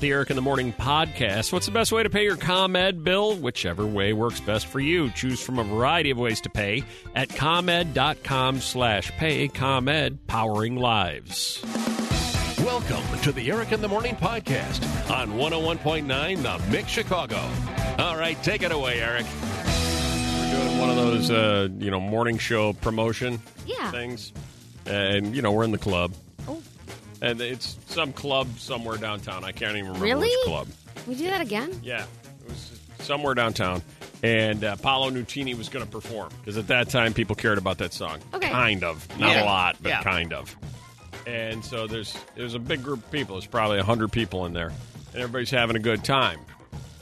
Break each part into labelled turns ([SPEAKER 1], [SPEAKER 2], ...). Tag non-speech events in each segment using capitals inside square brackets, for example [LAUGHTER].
[SPEAKER 1] the Eric in the Morning podcast. What's the best way to pay your ComEd bill? Whichever way works best for you. Choose from a variety of ways to pay at ComEd.com slash pay. ComEd, powering lives.
[SPEAKER 2] Welcome to the Eric in the Morning podcast on 101.9 The Mix Chicago. All right, take it away, Eric. We're doing one of those, uh, you know, morning show promotion
[SPEAKER 3] Yeah.
[SPEAKER 2] things. And, you know, we're in the club.
[SPEAKER 3] Oh,
[SPEAKER 2] And it's some club somewhere downtown. I can't even remember
[SPEAKER 3] Really?
[SPEAKER 2] which club.
[SPEAKER 3] we do that again?
[SPEAKER 2] Yeah, it was somewhere downtown. And uh, Paolo Nutini was going to perform because at that time people cared about that song.
[SPEAKER 3] Okay.
[SPEAKER 2] Kind of. Not a
[SPEAKER 4] Yeah.
[SPEAKER 2] lot, but
[SPEAKER 4] Yeah.
[SPEAKER 2] kind of. And so there's there's a big group of people. There's probably 100 people in there. And everybody's having a good time.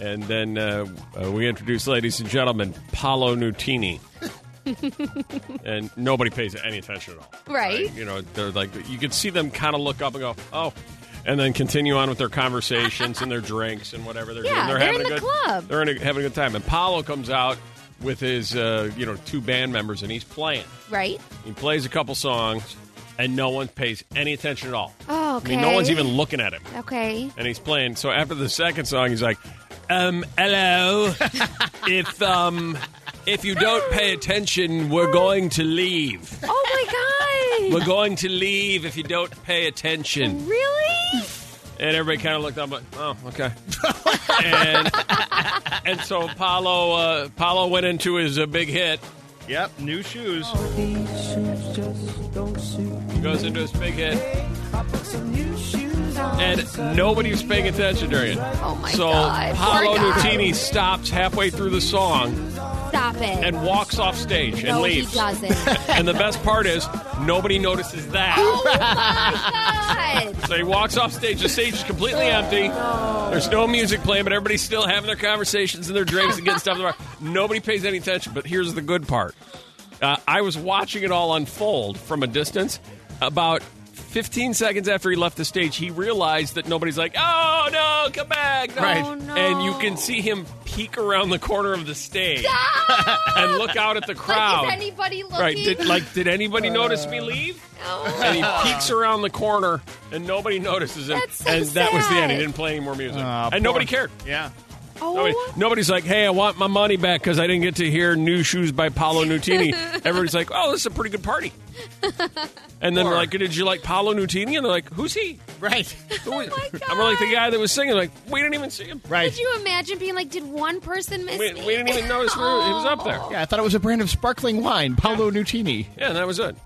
[SPEAKER 2] And then uh, uh, we introduce, ladies and gentlemen, Paolo Nutini. and nobody pays any attention at all.
[SPEAKER 3] Right.
[SPEAKER 2] You know, they're like, you could see them kind of look up and go, oh, and then continue on with their conversations and their drinks and whatever they're
[SPEAKER 3] [LAUGHS] Yeah,
[SPEAKER 2] doing. They're,
[SPEAKER 3] they're
[SPEAKER 2] having
[SPEAKER 3] in
[SPEAKER 2] a
[SPEAKER 3] the
[SPEAKER 2] good
[SPEAKER 3] club.
[SPEAKER 2] They're in a, having a good time. And Paolo comes out with his, uh, you know, two band members and he's playing.
[SPEAKER 3] Right?
[SPEAKER 2] He plays a couple songs and no one pays any attention at all.
[SPEAKER 3] Oh,
[SPEAKER 2] I mean, no one's
[SPEAKER 3] okay.
[SPEAKER 2] even looking at him.
[SPEAKER 3] Okay.
[SPEAKER 2] And he's playing. So after the second song, he's like, um,
[SPEAKER 3] [LAUGHS]
[SPEAKER 2] hello. if, um, if you don't pay attention, we're going to leave.
[SPEAKER 3] Oh my
[SPEAKER 2] We're going to leave if you don't pay attention.
[SPEAKER 3] god! really?
[SPEAKER 2] And everybody kind of looked up, like, oh, okay. and, and so Paulo, uh, Paulo went into his uh, big hit,
[SPEAKER 4] Yep, new shoes.
[SPEAKER 2] goes into his big hit, and nobody was paying attention during it.
[SPEAKER 3] Oh my
[SPEAKER 2] so
[SPEAKER 3] god!
[SPEAKER 2] Paolo
[SPEAKER 3] Poor guy.
[SPEAKER 2] Nutini stops halfway through the song
[SPEAKER 3] Stop it!
[SPEAKER 2] and walks off stage and
[SPEAKER 3] no,
[SPEAKER 2] leaves.
[SPEAKER 3] he doesn't.
[SPEAKER 2] And the best part is, nobody notices that.
[SPEAKER 3] Oh
[SPEAKER 2] [LAUGHS]
[SPEAKER 3] god!
[SPEAKER 2] So he walks off stage. The stage is completely empty. There's no music playing, but everybody's still having their conversations and their drinks and getting stuff. in the bar. Nobody pays any attention. But here's the good part: uh, I was watching it all unfold from a distance. About 15 seconds after he left the stage, he realized that nobody's like, "Oh no, come back!" No.
[SPEAKER 4] Right.
[SPEAKER 3] Oh, no.
[SPEAKER 2] And you can see him peek around the corner of the stage [LAUGHS] and look out at the crowd.
[SPEAKER 3] Like, is anybody looking? Oh
[SPEAKER 2] right? Did, like, did anybody notice me leave? [LAUGHS]
[SPEAKER 3] No. [LAUGHS]
[SPEAKER 2] and he peeks around the corner and nobody notices him.
[SPEAKER 3] That's so
[SPEAKER 2] and that was the end. He
[SPEAKER 3] sad.
[SPEAKER 2] didn't play any more music.
[SPEAKER 4] Aw,
[SPEAKER 2] and nobody
[SPEAKER 4] Ah, poor-
[SPEAKER 2] cared.
[SPEAKER 4] Yeah.
[SPEAKER 2] Nobody-
[SPEAKER 3] Oh,
[SPEAKER 2] nobody's like, hey, I want my money back because I didn't get to hear New Shoes by Paolo Nutini.
[SPEAKER 3] [LAUGHS]
[SPEAKER 2] Everybody's like, oh, this is a pretty good party. And then we're
[SPEAKER 4] Or-
[SPEAKER 2] like, did you like Paolo Nutini? And they're like, who's he?
[SPEAKER 4] Right.
[SPEAKER 2] Who is-
[SPEAKER 3] Oh my
[SPEAKER 2] And we're like, the
[SPEAKER 3] God.
[SPEAKER 2] guy that was singing. Like, we didn't even see him.
[SPEAKER 4] Right.
[SPEAKER 3] could you imagine being like, did one person miss
[SPEAKER 2] We,
[SPEAKER 3] me? Oh,
[SPEAKER 2] we didn't even notice we were, he was up there.
[SPEAKER 4] yeah, I thought it was a brand of sparkling wine, Paolo Nutini.
[SPEAKER 2] Yeah, and that was it.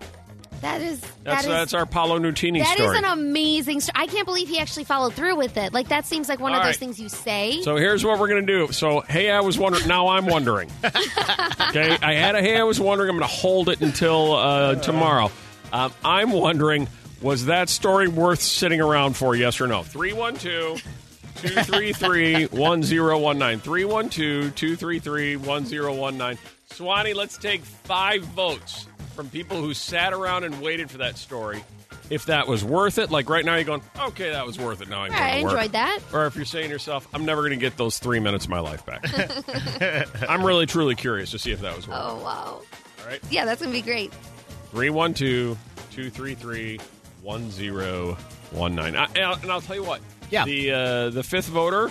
[SPEAKER 3] That is
[SPEAKER 2] That's,
[SPEAKER 3] that is
[SPEAKER 2] that's our Paolo Nutini
[SPEAKER 3] that is
[SPEAKER 2] story.
[SPEAKER 3] an amazing. St- I can't believe he actually followed through with it. Like that seems like one
[SPEAKER 2] All
[SPEAKER 3] of those
[SPEAKER 2] right.
[SPEAKER 3] things you say.
[SPEAKER 2] So here's what we're gonna do. So hey, I was wondering. Now I'm wondering. Okay, I had a hey, I was wondering. I'm gonna hold it until uh, tomorrow. Um, I'm wondering, was that story worth sitting around for? Yes or no? 312 233 1019 312 233 1019 Swanee, let's take five votes from people who sat around and waited for that story. If that was worth it, like right now, you're going, okay, that was worth it. Now I'm
[SPEAKER 3] All right, I
[SPEAKER 2] going to work
[SPEAKER 3] enjoyed that.
[SPEAKER 2] or if you're saying to yourself, I'm never going to get those three minutes of my life back. I'm really, truly curious to see if that was worth
[SPEAKER 3] Oh wow!
[SPEAKER 2] it. All right.
[SPEAKER 3] Yeah, that's gonna be great.
[SPEAKER 2] 312 233 1019. And I'll tell you what.
[SPEAKER 4] Yeah.
[SPEAKER 2] The, uh, the fifth voter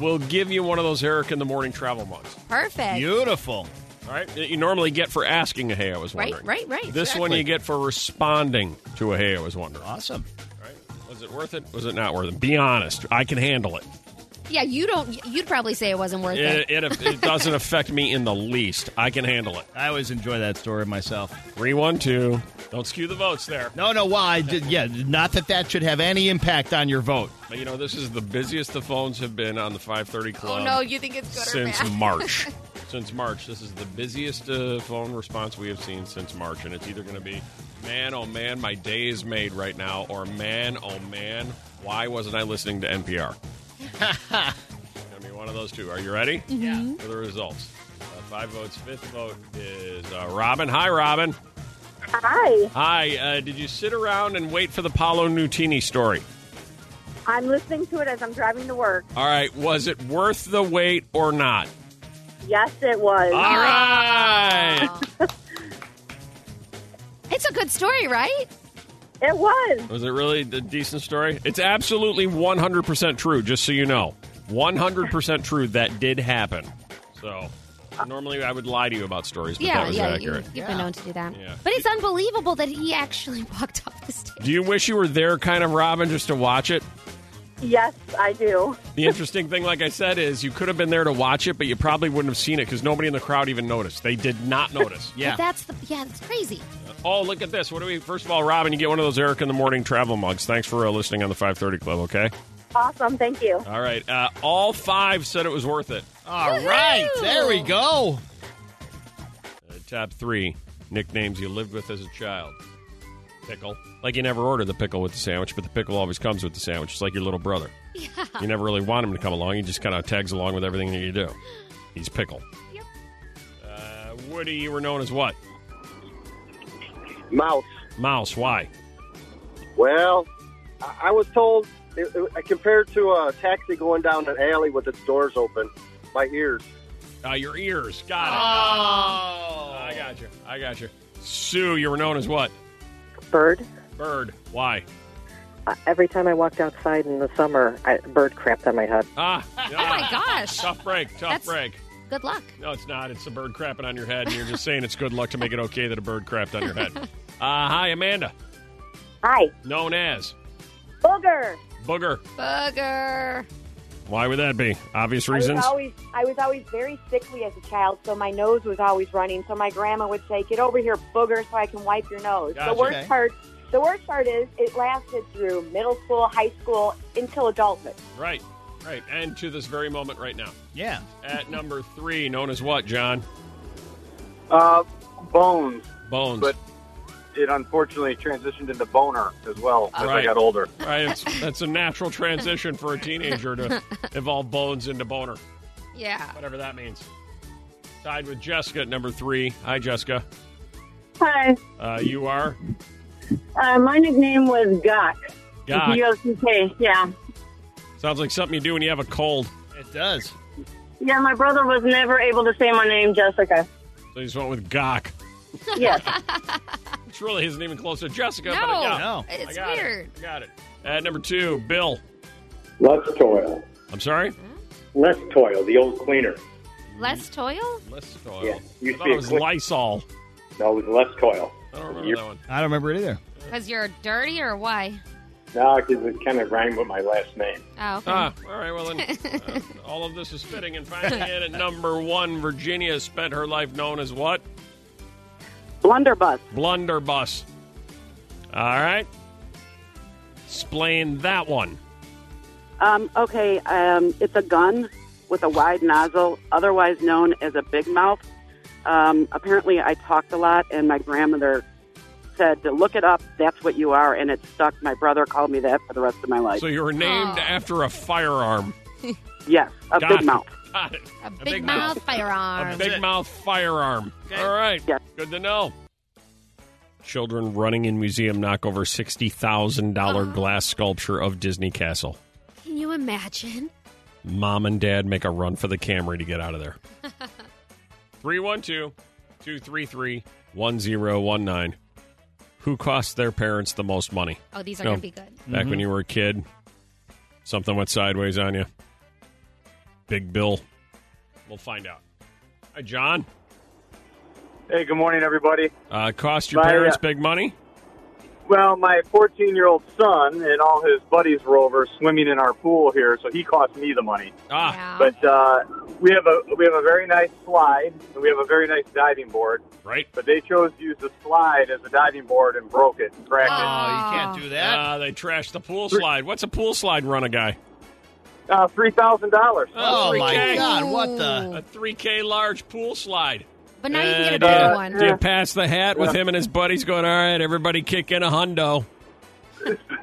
[SPEAKER 2] will give you one of those Eric in the Morning travel mugs.
[SPEAKER 3] Perfect.
[SPEAKER 4] Beautiful.
[SPEAKER 2] All right. That you normally get for asking a hey, I was
[SPEAKER 3] Right,
[SPEAKER 2] wondering.
[SPEAKER 3] right, right.
[SPEAKER 2] This one
[SPEAKER 4] Exactly.
[SPEAKER 2] you get for responding to a hey, I was wondering.
[SPEAKER 4] Awesome.
[SPEAKER 2] Right? Was it worth it? Was it not worth it? Be honest. I can handle it.
[SPEAKER 3] Yeah, you don't. You'd probably say it wasn't worth it.
[SPEAKER 2] It, it, it doesn't affect me in the least. I can handle it.
[SPEAKER 4] I always enjoy that story myself.
[SPEAKER 2] 312. Don't skew the votes there.
[SPEAKER 4] No, no, why? I did- yeah, not that that should have any impact on your vote.
[SPEAKER 2] But you know, this is the busiest the phones have been on the 530 Club
[SPEAKER 3] Oh no, you think it's good
[SPEAKER 2] since
[SPEAKER 3] or [LAUGHS] bad?
[SPEAKER 2] March. since March. This is the busiest uh, phone response we have seen since March. And it's either going to be, man, oh man, my day is made right now, or man, oh man, why wasn't I listening to
[SPEAKER 3] [LAUGHS]
[SPEAKER 2] NPR? going to be one of those two. Are you ready?
[SPEAKER 3] Mm-hmm.
[SPEAKER 2] Yeah. For the results. Uh, five votes. Fifth vote is uh, Robin. Hi, Robin.
[SPEAKER 5] Hi,
[SPEAKER 2] Hi. Uh, did you sit around and wait for the Paolo Nutini story?
[SPEAKER 5] I'm listening to it as I'm driving to work.
[SPEAKER 2] All right, was it worth the wait or not?
[SPEAKER 5] Yes, it was.
[SPEAKER 2] All right.
[SPEAKER 3] [LAUGHS] It's a good story, right?
[SPEAKER 5] It was.
[SPEAKER 2] Was it really a decent story? It's absolutely 100% true, just so you know. 100% true that did happen. So, normally I would lie to you about stories, but that
[SPEAKER 3] Yeah,
[SPEAKER 2] was
[SPEAKER 3] yeah, you,
[SPEAKER 2] accurate.
[SPEAKER 3] have
[SPEAKER 4] Yeah.
[SPEAKER 3] been known to do that.
[SPEAKER 2] Yeah.
[SPEAKER 3] But it's unbelievable that he actually [LAUGHS] walked off the stage.
[SPEAKER 2] Do you wish you were there, kind of, Robin, just to watch it?
[SPEAKER 5] Yes, I do.
[SPEAKER 2] The interesting thing, like I said, is you could have been there to watch it, but you probably wouldn't have seen it because nobody in the crowd even noticed. They did not notice.
[SPEAKER 4] Yeah.
[SPEAKER 3] But that's the yeah, that's crazy.
[SPEAKER 2] Oh, look at this. What do we, first of all, Robin, you get one of those Eric in the Morning travel mugs. Thanks for uh, listening on the 530 Club, okay?
[SPEAKER 5] Awesome. Thank you.
[SPEAKER 2] All right. Uh, all five said it was worth it.
[SPEAKER 4] All right, there we go.
[SPEAKER 2] Uh, top three nicknames you lived with as a child. Pickle. Like you never order the pickle with the sandwich, but the pickle always comes with the sandwich. It's like your little brother. Yeah. You never really want him to come along. He just kind of tags along with everything that you do. He's pickle.
[SPEAKER 3] Yep.
[SPEAKER 2] Uh, Woody, you were known as what?
[SPEAKER 6] Mouse.
[SPEAKER 2] Mouse. Why?
[SPEAKER 6] Well, I, I was told, it, it, compared to a taxi going down an alley with its doors open, my ears.
[SPEAKER 2] Uh, your ears. Got it. Oh. I got you. I got you. Sue, you were known as what?
[SPEAKER 7] Bird.
[SPEAKER 2] Bird. Why?
[SPEAKER 7] Uh, every time I walked outside in the summer, I, a bird crapped on my head.
[SPEAKER 2] Ah.
[SPEAKER 3] Oh my gosh.
[SPEAKER 2] Tough break. Tough
[SPEAKER 3] That's-
[SPEAKER 2] break.
[SPEAKER 3] Good luck.
[SPEAKER 2] No, it's not. It's a bird crapping on your head, and you're just saying it's good luck to make it okay that a bird crapped on your
[SPEAKER 3] [LAUGHS]
[SPEAKER 2] head. Uh, hi, Amanda,
[SPEAKER 5] Hi.
[SPEAKER 2] known as
[SPEAKER 5] Booger.
[SPEAKER 2] Booger.
[SPEAKER 3] Booger.
[SPEAKER 2] Why would that be? Obvious
[SPEAKER 5] I
[SPEAKER 2] reasons.
[SPEAKER 5] was always I was always very sickly as a child, so my nose was always running. So my grandma would say, "Get over here, booger, so I can wipe your nose."
[SPEAKER 2] Gotcha.
[SPEAKER 5] The worst
[SPEAKER 4] Okay.
[SPEAKER 5] part, the worst part is it lasted through middle school, high school, until adulthood.
[SPEAKER 2] Right, right. And to this very moment right now.
[SPEAKER 4] Yeah.
[SPEAKER 2] At number three, known as what, John?
[SPEAKER 6] Uh, bones,
[SPEAKER 2] Bones.
[SPEAKER 6] but it unfortunately transitioned into boner as well as
[SPEAKER 2] Right.
[SPEAKER 6] I got older.
[SPEAKER 2] right, it's, that's a natural transition for a teenager to evolve bones into boner,
[SPEAKER 3] Yeah.
[SPEAKER 2] whatever that means. Tied with Jessica at number three. Hi, Jessica.
[SPEAKER 5] Hi,
[SPEAKER 2] Uh, you are
[SPEAKER 5] uh, my nickname was Gok.
[SPEAKER 2] God.
[SPEAKER 5] G-O-C-K, yeah.
[SPEAKER 2] Sounds like something you do when you have a cold.
[SPEAKER 4] It does.
[SPEAKER 5] Yeah, my brother was never able to say my name, Jessica.
[SPEAKER 2] So you just went with Gok.
[SPEAKER 5] Yes.
[SPEAKER 2] Which really isn't even close to Jessica.
[SPEAKER 3] No,
[SPEAKER 2] but yeah,
[SPEAKER 4] No.
[SPEAKER 2] I
[SPEAKER 3] it's
[SPEAKER 2] got
[SPEAKER 3] weird.
[SPEAKER 2] It. I got it. At number two, Bill.
[SPEAKER 8] Less toil.
[SPEAKER 2] I'm sorry.
[SPEAKER 3] Hmm?
[SPEAKER 8] Less toil, the old cleaner.
[SPEAKER 3] Less toil?
[SPEAKER 2] Less toil.
[SPEAKER 8] Yeah,
[SPEAKER 2] I
[SPEAKER 8] used to
[SPEAKER 2] thought
[SPEAKER 8] be
[SPEAKER 2] it
[SPEAKER 8] a
[SPEAKER 2] was
[SPEAKER 8] quick-
[SPEAKER 2] Lysol.
[SPEAKER 8] No, it was less toil.
[SPEAKER 2] I don't remember
[SPEAKER 8] You're-
[SPEAKER 2] that one.
[SPEAKER 4] I don't remember it either.
[SPEAKER 3] Because you're dirty or why?
[SPEAKER 8] No, because it kind of rhymed with my last name.
[SPEAKER 3] Oh, okay.
[SPEAKER 2] Ah, all right. Well,
[SPEAKER 3] [LAUGHS]
[SPEAKER 2] then uh, all of this is fitting. And finally, in at number one, Virginia has spent her life known as what?
[SPEAKER 7] Blunderbuss.
[SPEAKER 2] Blunderbuss. All right. Explain that one.
[SPEAKER 7] Um, okay, um, it's a gun with a wide nozzle, otherwise known as a big mouth. Um, apparently, I talked a lot, and my grandmother said to look it up. That's what you are, and it stuck. My brother called me that for the rest of my life.
[SPEAKER 2] So you were named
[SPEAKER 3] Aw.
[SPEAKER 2] after a firearm.
[SPEAKER 7] yes, a
[SPEAKER 2] Got
[SPEAKER 7] big
[SPEAKER 2] it.
[SPEAKER 7] mouth.
[SPEAKER 2] Got it.
[SPEAKER 3] A big, mouth,
[SPEAKER 2] A
[SPEAKER 3] firearm.
[SPEAKER 2] big mouth firearm. All right.
[SPEAKER 7] Yeah.
[SPEAKER 2] Good to know. Children running in museum knock over $60,000 glass sculpture of Disney Castle.
[SPEAKER 3] Can you imagine?
[SPEAKER 2] Mom and dad make a run for the Camry to get out of there. 312 233 1019. Who cost their parents the most money?
[SPEAKER 3] Oh, these are
[SPEAKER 2] No.
[SPEAKER 3] going to be good.
[SPEAKER 2] Back when you were a kid, something went sideways on you. Big Bill. We'll find out. Hi, John.
[SPEAKER 6] Hey, good morning, everybody.
[SPEAKER 2] Uh, cost your
[SPEAKER 6] Bye,
[SPEAKER 2] parents
[SPEAKER 6] uh,
[SPEAKER 2] big money?
[SPEAKER 6] Well, my 14 year old son and all his buddies were over swimming in our pool here, so he cost me the money.
[SPEAKER 2] Ah,
[SPEAKER 3] yeah.
[SPEAKER 6] But uh, we have a we have a very nice slide, and we have a very nice diving board.
[SPEAKER 2] right.
[SPEAKER 6] But they chose to use the slide as a diving board and broke it, and cracked
[SPEAKER 3] Oh.
[SPEAKER 6] it.
[SPEAKER 4] Oh, you can't do that.
[SPEAKER 2] Uh, they trashed the pool slide. What's a pool slide run a guy?
[SPEAKER 6] Uh, Three thousand dollars. [LAUGHS]
[SPEAKER 4] oh, my
[SPEAKER 2] 3K.
[SPEAKER 4] God. What the?
[SPEAKER 2] A 3K large pool slide.
[SPEAKER 3] But Oh. now you can get a
[SPEAKER 2] And,
[SPEAKER 3] bigger
[SPEAKER 2] uh,
[SPEAKER 3] one.
[SPEAKER 2] Do you pass the hat with him and his buddies going, all right, everybody kick in a hundo?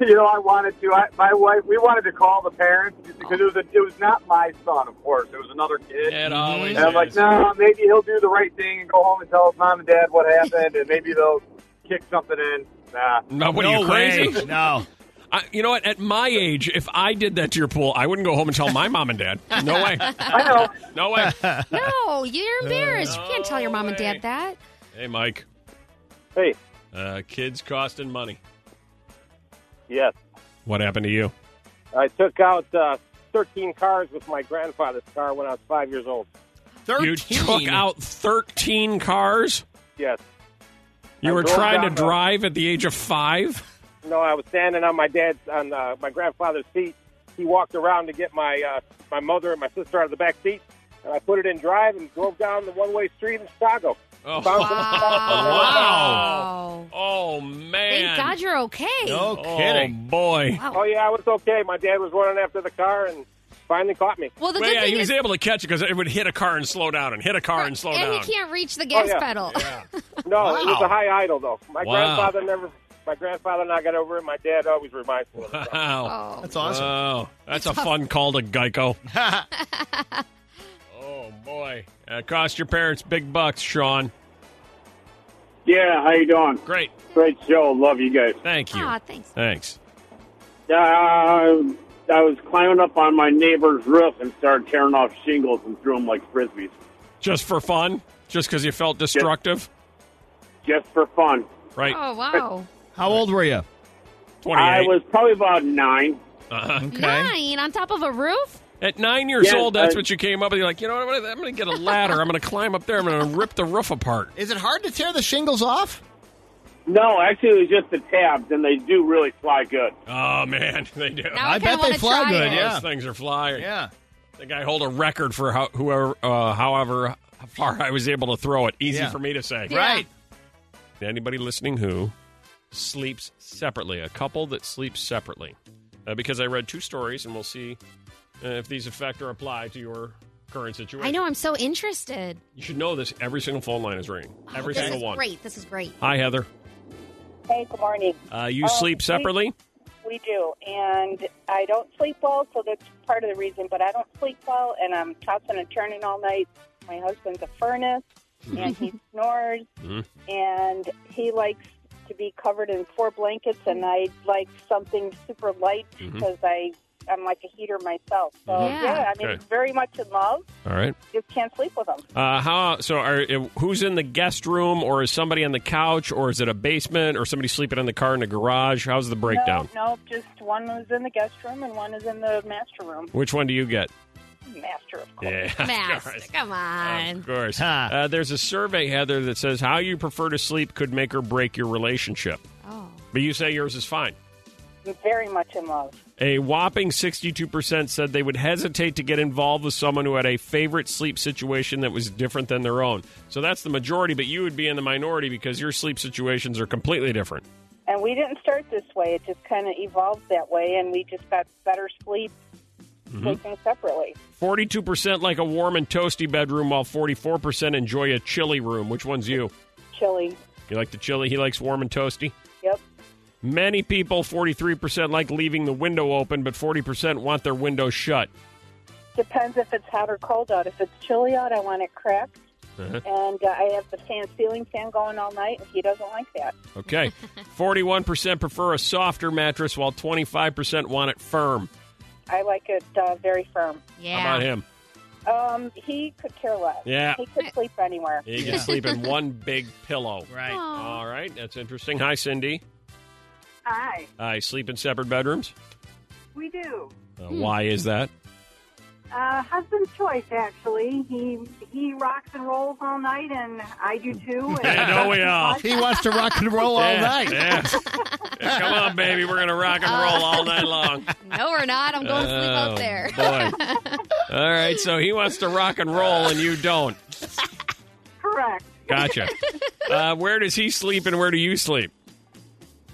[SPEAKER 6] you know, I wanted to. I, my wife, we wanted to call the parents because it was a, it was not my son, of course. It was another kid.
[SPEAKER 2] It always
[SPEAKER 6] and I'm like,
[SPEAKER 2] is.
[SPEAKER 6] no, maybe he'll do the right thing and go home and tell his mom and dad what happened, and maybe they'll kick something in. Nah.
[SPEAKER 2] No, what, are
[SPEAKER 4] no
[SPEAKER 2] you crazy?
[SPEAKER 4] way. No.
[SPEAKER 2] I, you know what? At my age, if I did that to your pool, I wouldn't go home and tell my mom and dad. No way.
[SPEAKER 6] [LAUGHS] I know.
[SPEAKER 2] No way.
[SPEAKER 3] no, you're embarrassed. you can't tell your mom and
[SPEAKER 2] no way.
[SPEAKER 3] dad that.
[SPEAKER 2] hey, Mike.
[SPEAKER 6] Hey,
[SPEAKER 2] Uh, kids costing money.
[SPEAKER 6] Yes.
[SPEAKER 2] What happened to you?
[SPEAKER 6] I took out uh, 13 cars with my grandfather's car when I was five years old.
[SPEAKER 2] You took out 13 cars?
[SPEAKER 6] Yes.
[SPEAKER 2] You
[SPEAKER 6] I
[SPEAKER 2] were
[SPEAKER 6] drove
[SPEAKER 2] trying to
[SPEAKER 6] down the-
[SPEAKER 2] drive at the age of five?
[SPEAKER 6] No, I was standing on my dad's on uh, my grandfather's seat. He walked around to get my uh, my mother and my sister out of the back seat, and I put it in drive and drove down the one way street in Chicago.
[SPEAKER 2] Oh,
[SPEAKER 6] Bouncing
[SPEAKER 2] [LAUGHS] Wow.
[SPEAKER 3] Wow.
[SPEAKER 2] oh, man.
[SPEAKER 3] Thank God you're okay.
[SPEAKER 4] No
[SPEAKER 2] Oh,
[SPEAKER 4] kidding.
[SPEAKER 2] boy.
[SPEAKER 6] [LAUGHS] Oh yeah, I was okay. My dad was running after the car and finally caught me.
[SPEAKER 3] Well, the
[SPEAKER 2] Well,
[SPEAKER 3] good
[SPEAKER 2] yeah,
[SPEAKER 3] thing
[SPEAKER 2] he was
[SPEAKER 3] is,
[SPEAKER 2] able to catch it because it would hit a car and slow down and hit a car and slow
[SPEAKER 3] and
[SPEAKER 2] down.
[SPEAKER 3] he can't reach the gas
[SPEAKER 6] Oh, yeah.
[SPEAKER 3] pedal.
[SPEAKER 6] No, it was a high idol though. My
[SPEAKER 2] Wow.
[SPEAKER 6] grandfather never. My grandfather and I got over it. My dad always reminds me.
[SPEAKER 2] [LAUGHS]
[SPEAKER 6] Of it.
[SPEAKER 2] Wow.
[SPEAKER 3] Oh.
[SPEAKER 2] [LAUGHS]
[SPEAKER 4] That's awesome.
[SPEAKER 2] Oh, that's a fun call to Geico. oh, boy. Uh, cost your parents big bucks, Sean.
[SPEAKER 8] Yeah, how you doing?
[SPEAKER 2] Great.
[SPEAKER 8] Great show. Love you guys.
[SPEAKER 2] Thank you.
[SPEAKER 3] Aw, thanks.
[SPEAKER 2] Thanks.
[SPEAKER 8] Uh, I was climbing up on my neighbor's roof and started tearing off shingles and threw them like frisbees,
[SPEAKER 2] Just for fun? Just because you felt destructive?
[SPEAKER 8] just for fun.
[SPEAKER 2] Right.
[SPEAKER 3] Oh, wow.
[SPEAKER 4] How old were you?
[SPEAKER 2] 28.
[SPEAKER 8] I was probably about nine.
[SPEAKER 2] Uh-huh.
[SPEAKER 3] Nine on top of a roof?
[SPEAKER 2] At nine years
[SPEAKER 8] Yes,
[SPEAKER 2] old, that's
[SPEAKER 8] I-
[SPEAKER 2] what you came up with. You're like, you know what? I'm gonna- I'm going to get a ladder. I'm going to climb up there. I'm going to rip the roof apart.
[SPEAKER 4] Is it hard to tear the shingles off?
[SPEAKER 8] No, actually, it was just the tabs, and they do really fly good.
[SPEAKER 2] Oh, man. [LAUGHS] They do.
[SPEAKER 3] Now I,
[SPEAKER 4] I
[SPEAKER 3] kinda
[SPEAKER 4] bet they
[SPEAKER 3] wanna
[SPEAKER 4] fly
[SPEAKER 3] try it.
[SPEAKER 4] good, yeah.
[SPEAKER 2] Those things are flying.
[SPEAKER 4] Yeah.
[SPEAKER 2] I think I hold a record for how, whoever, uh, however far I was able to throw it. Easy
[SPEAKER 4] Yeah.
[SPEAKER 2] for me to say.
[SPEAKER 4] Right.
[SPEAKER 2] anybody listening who sleeps separately, a couple that sleeps separately, uh, because I read two stories, and we'll see uh, if these affect or apply to your current situation.
[SPEAKER 3] I know, I'm so interested.
[SPEAKER 2] You should know this. Every single phone line is ringing.
[SPEAKER 3] Oh,
[SPEAKER 2] Every
[SPEAKER 3] this
[SPEAKER 2] single
[SPEAKER 3] is
[SPEAKER 2] one.
[SPEAKER 3] great. This
[SPEAKER 2] [LAUGHS]
[SPEAKER 3] is great.
[SPEAKER 2] Hi, Heather.
[SPEAKER 5] Hey, good morning.
[SPEAKER 2] Uh, you
[SPEAKER 3] Oh,
[SPEAKER 5] Um,
[SPEAKER 2] sleep
[SPEAKER 5] we-
[SPEAKER 2] separately?
[SPEAKER 5] We do, and I don't sleep well, so that's part of the reason. But I don't sleep well, and I'm tossing and turning all night. My husband's a furnace, and he snores,
[SPEAKER 2] Mhm.
[SPEAKER 5] and he likes to be covered in four blankets, and I like something super light
[SPEAKER 2] Mhm.
[SPEAKER 5] because I I'm like a heater myself. So
[SPEAKER 3] Mhm.
[SPEAKER 5] yeah,
[SPEAKER 3] Yeah.
[SPEAKER 5] I mean,
[SPEAKER 2] Okay.
[SPEAKER 5] very much in love.
[SPEAKER 2] All right.
[SPEAKER 5] Just can't sleep with him.
[SPEAKER 2] Uh, how? So, are uh, who's in the guest room, or is somebody on the couch, or is it a basement, or somebody sleeping in the car in the garage? How's the breakdown?
[SPEAKER 5] No, no, just one is in the guest room and one is in the master room.
[SPEAKER 2] Which one do you get?
[SPEAKER 5] Master, of
[SPEAKER 2] [LAUGHS]
[SPEAKER 5] course.
[SPEAKER 2] Yeah, of course.
[SPEAKER 3] Master, come on.
[SPEAKER 2] Of course.
[SPEAKER 4] Ha.
[SPEAKER 2] Uh, there's a survey, Heather, that says how you prefer to sleep could make or break your relationship.
[SPEAKER 3] Oh.
[SPEAKER 2] But you say yours is fine.
[SPEAKER 5] Very much in love.
[SPEAKER 2] A whopping 62% said they would hesitate to get involved with someone who had a favorite sleep situation that was different than their own. So that's the majority, but you would be in the minority because your sleep situations are completely different.
[SPEAKER 5] And we didn't start this way. It just kind of evolved that way, and we just got better sleep
[SPEAKER 2] Mm-hmm.
[SPEAKER 5] sleeping separately.
[SPEAKER 2] 42% like a warm and toasty bedroom, while 44% enjoy a chilly room. Which one's you?
[SPEAKER 5] Chilly.
[SPEAKER 2] You like the chilly? He likes warm and toasty?
[SPEAKER 5] Yep.
[SPEAKER 2] Many people, 43%, like leaving the window open, but 40% want their window shut.
[SPEAKER 5] Depends if it's hot or cold out. If it's chilly out, I want it cracked.
[SPEAKER 2] Uh-huh.
[SPEAKER 5] And uh, I have the fan ceiling fan going all night, and he doesn't like that. [LAUGHS]
[SPEAKER 2] Okay. 41% prefer a softer mattress, while 25% want it firm.
[SPEAKER 5] I like it uh, very firm.
[SPEAKER 3] Yeah.
[SPEAKER 2] How about him?
[SPEAKER 5] Um, he could care less.
[SPEAKER 2] Yeah.
[SPEAKER 5] He could sleep anywhere.
[SPEAKER 2] He can sleep
[SPEAKER 5] [LAUGHS]
[SPEAKER 2] in one big pillow.
[SPEAKER 4] Right.
[SPEAKER 3] Aw.
[SPEAKER 2] All right. That's interesting. Hi, Cindy.
[SPEAKER 5] Hi.
[SPEAKER 2] I sleep in separate bedrooms.
[SPEAKER 9] We do.
[SPEAKER 2] Uh, Why is [LAUGHS] that?
[SPEAKER 9] Uh, husband's choice, actually. He he rocks and rolls all night, and I
[SPEAKER 2] [LAUGHS]
[SPEAKER 9] do too. And
[SPEAKER 2] Yeah, don't we all?
[SPEAKER 4] He wants to rock and roll all
[SPEAKER 2] Yeah,
[SPEAKER 4] night.
[SPEAKER 2] yeah. Yeah, Come on, baby. We're going to rock and roll all night
[SPEAKER 3] [LAUGHS]
[SPEAKER 2] long.
[SPEAKER 3] No, we're not. I'm going to sleep
[SPEAKER 2] Oh,
[SPEAKER 3] out there.
[SPEAKER 2] boy.
[SPEAKER 3] [LAUGHS]
[SPEAKER 2] All right. So he wants to rock and roll, and you don't.
[SPEAKER 9] Correct.
[SPEAKER 2] Gotcha. Uh, where does he sleep and where do you sleep?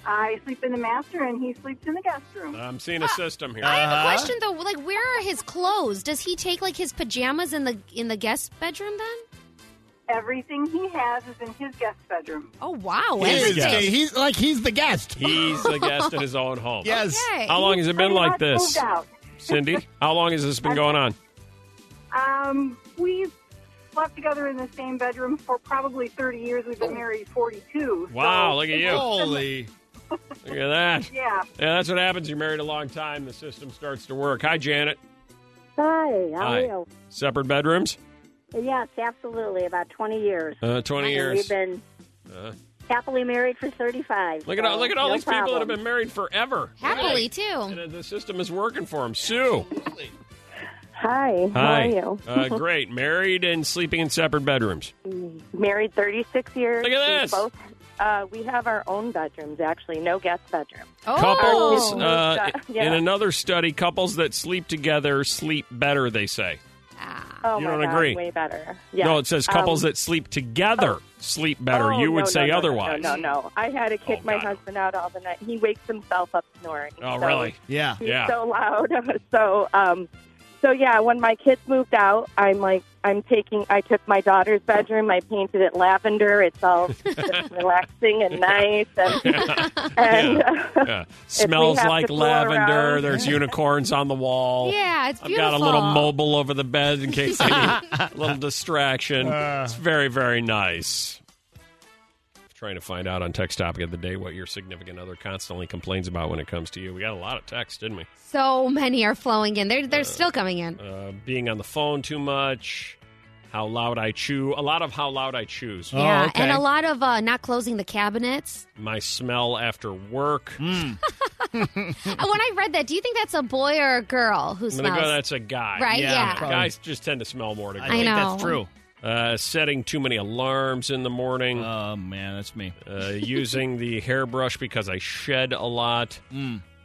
[SPEAKER 9] I sleep in the master, and he sleeps in the guest room.
[SPEAKER 2] I'm seeing a system here.
[SPEAKER 3] I have a question though. Like, where are his clothes? Does he take like his pajamas in the in the guest bedroom then?
[SPEAKER 9] Everything he has is in his guest bedroom.
[SPEAKER 3] Oh wow,
[SPEAKER 4] He is-
[SPEAKER 3] everything.
[SPEAKER 4] he's like he's the guest.
[SPEAKER 2] He's a guest in his own home.
[SPEAKER 4] Yes.
[SPEAKER 3] Okay.
[SPEAKER 2] How long has it been
[SPEAKER 9] Pretty
[SPEAKER 2] like
[SPEAKER 9] much
[SPEAKER 2] this,
[SPEAKER 9] Moved out.
[SPEAKER 2] Cindy? How long has this been going on?
[SPEAKER 9] Um, we slept together in the same bedroom for probably 30 years. We've been married 42.
[SPEAKER 2] Oh. Wow,
[SPEAKER 9] So,
[SPEAKER 2] look at you.
[SPEAKER 4] Holy.
[SPEAKER 2] Look at that.
[SPEAKER 9] yeah.
[SPEAKER 2] Yeah, that's what happens. You're married a long time, the system starts to work. Hi, Janet.
[SPEAKER 10] Hi, how
[SPEAKER 2] Hi.
[SPEAKER 10] are you?
[SPEAKER 2] Separate bedrooms?
[SPEAKER 10] Yes, absolutely. About 20 years.
[SPEAKER 2] Uh, 20
[SPEAKER 10] And
[SPEAKER 2] years. Uh.
[SPEAKER 10] We've been
[SPEAKER 11] happily married for 35.
[SPEAKER 2] Look at all,
[SPEAKER 11] so
[SPEAKER 2] look at all
[SPEAKER 11] no
[SPEAKER 2] these people that have been married forever.
[SPEAKER 3] Happily,
[SPEAKER 2] And,
[SPEAKER 3] too.
[SPEAKER 2] uh, the system is working for them. Sue.
[SPEAKER 12] Hi, how
[SPEAKER 2] Hi.
[SPEAKER 12] are you?
[SPEAKER 2] uh, great. Married and sleeping in separate bedrooms.
[SPEAKER 12] [LAUGHS] Married 36 years.
[SPEAKER 2] Look at
[SPEAKER 12] We
[SPEAKER 2] this.
[SPEAKER 12] both, uh, we have our own bedrooms, actually, no guest bedroom.
[SPEAKER 2] Couples,
[SPEAKER 3] Oh.
[SPEAKER 2] uh,
[SPEAKER 12] Oh, yeah.
[SPEAKER 2] in another study, couples that sleep together sleep better, they say.
[SPEAKER 12] oh
[SPEAKER 2] you
[SPEAKER 12] my
[SPEAKER 2] don't
[SPEAKER 12] God,
[SPEAKER 2] agree.
[SPEAKER 12] Way better. Yeah.
[SPEAKER 2] No, it says couples
[SPEAKER 12] Um,
[SPEAKER 2] that sleep together sleep better.
[SPEAKER 12] oh,
[SPEAKER 2] you would
[SPEAKER 12] no,
[SPEAKER 2] say
[SPEAKER 12] no, no,
[SPEAKER 2] otherwise.
[SPEAKER 12] No, no, no, no. I had to kick my husband out all the night. He wakes himself up snoring.
[SPEAKER 2] Oh,
[SPEAKER 12] so [LAUGHS]
[SPEAKER 2] really?
[SPEAKER 4] Yeah.
[SPEAKER 12] He's so loud. [LAUGHS] so, um, so yeah, when my kids moved out, I'm like, I'm taking, I took my daughter's bedroom, I painted it lavender. It's all relaxing and nice. And, and [LAUGHS]
[SPEAKER 2] Yeah. Smells
[SPEAKER 12] have
[SPEAKER 2] like
[SPEAKER 12] to fool
[SPEAKER 2] lavender.
[SPEAKER 12] around- [LAUGHS]
[SPEAKER 2] There's unicorns on the wall.
[SPEAKER 3] Yeah, it's
[SPEAKER 2] Oh. I've
[SPEAKER 3] beautiful.
[SPEAKER 2] got a little mobile over the bed in case I
[SPEAKER 3] [LAUGHS]
[SPEAKER 2] need a little distraction. it's very, very nice. Trying to find out on text topic of the day what your significant other constantly complains about when it comes to you. We got a lot of texts, didn't we?
[SPEAKER 3] So many are flowing in. They're, they're still coming in.
[SPEAKER 2] Uh, being on the phone too much, how loud I chew, a lot of how loud I choose.
[SPEAKER 4] Oh,
[SPEAKER 3] yeah, and a lot of uh, not closing
[SPEAKER 2] [LAUGHS]
[SPEAKER 3] the cabinets.
[SPEAKER 2] My smell after work.
[SPEAKER 3] Mm. Uh, when I read that, do you think that's a boy or a girl who
[SPEAKER 2] I'm gonna
[SPEAKER 3] smells?
[SPEAKER 2] go. That's a guy,
[SPEAKER 3] Right, Yeah, yeah. probably.
[SPEAKER 2] Guys just tend to smell more. To
[SPEAKER 3] I think that's know. true.
[SPEAKER 2] Uh, setting too many alarms in the morning. Oh man, that's me. Uh, using the hairbrush because I shed a lot.